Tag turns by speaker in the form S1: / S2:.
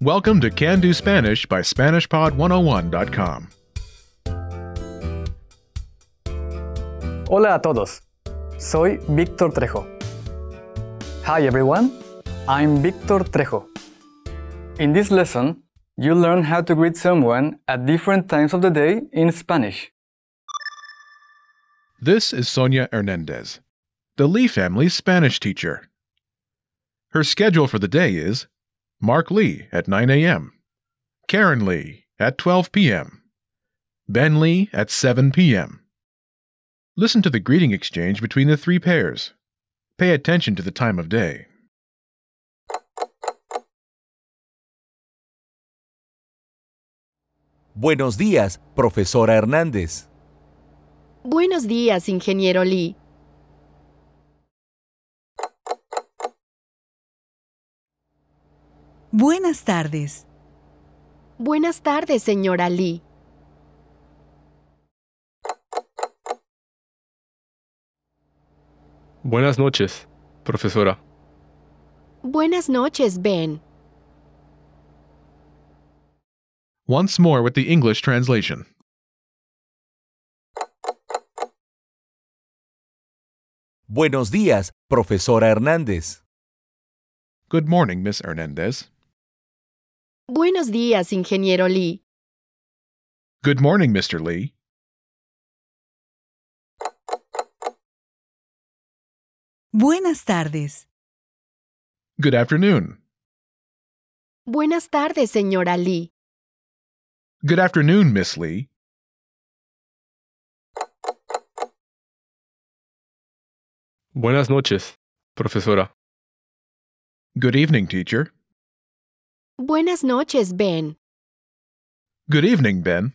S1: Welcome to Can Do Spanish oh by SpanishPod101.com.
S2: Hola a todos. Soy Víctor Trejo. Hi everyone. I'm Víctor Trejo. In this lesson, you learn how to greet someone at different times of the day in Spanish.
S1: This is Sonia Hernandez, the Lee family's Spanish teacher. Her schedule for the day is Mark Lee at 9 a.m., Karen Lee at 12 p.m., Ben Lee at 7 p.m. Listen to the greeting exchange between the three pairs. Pay attention to the time of day.
S3: Buenos días, profesora Hernández.
S4: Buenos días, ingeniero Lee.
S5: Buenas tardes.
S4: Buenas tardes, señora Lee.
S6: Buenas noches, profesora.
S4: Buenas noches, Ben.
S1: Once more with the English translation.
S3: Buenos días, profesora Hernández.
S1: Good morning, Miss Hernandez.
S4: Buenos días, ingeniero Lee.
S1: Good morning, Mr. Lee.
S5: Buenas tardes.
S1: Good afternoon.
S4: Buenas tardes, señora Lee.
S1: Good afternoon, Miss Lee.
S6: Buenas noches, profesora.
S1: Good evening, teacher.
S4: Buenas noches, Ben.
S1: Good evening, Ben.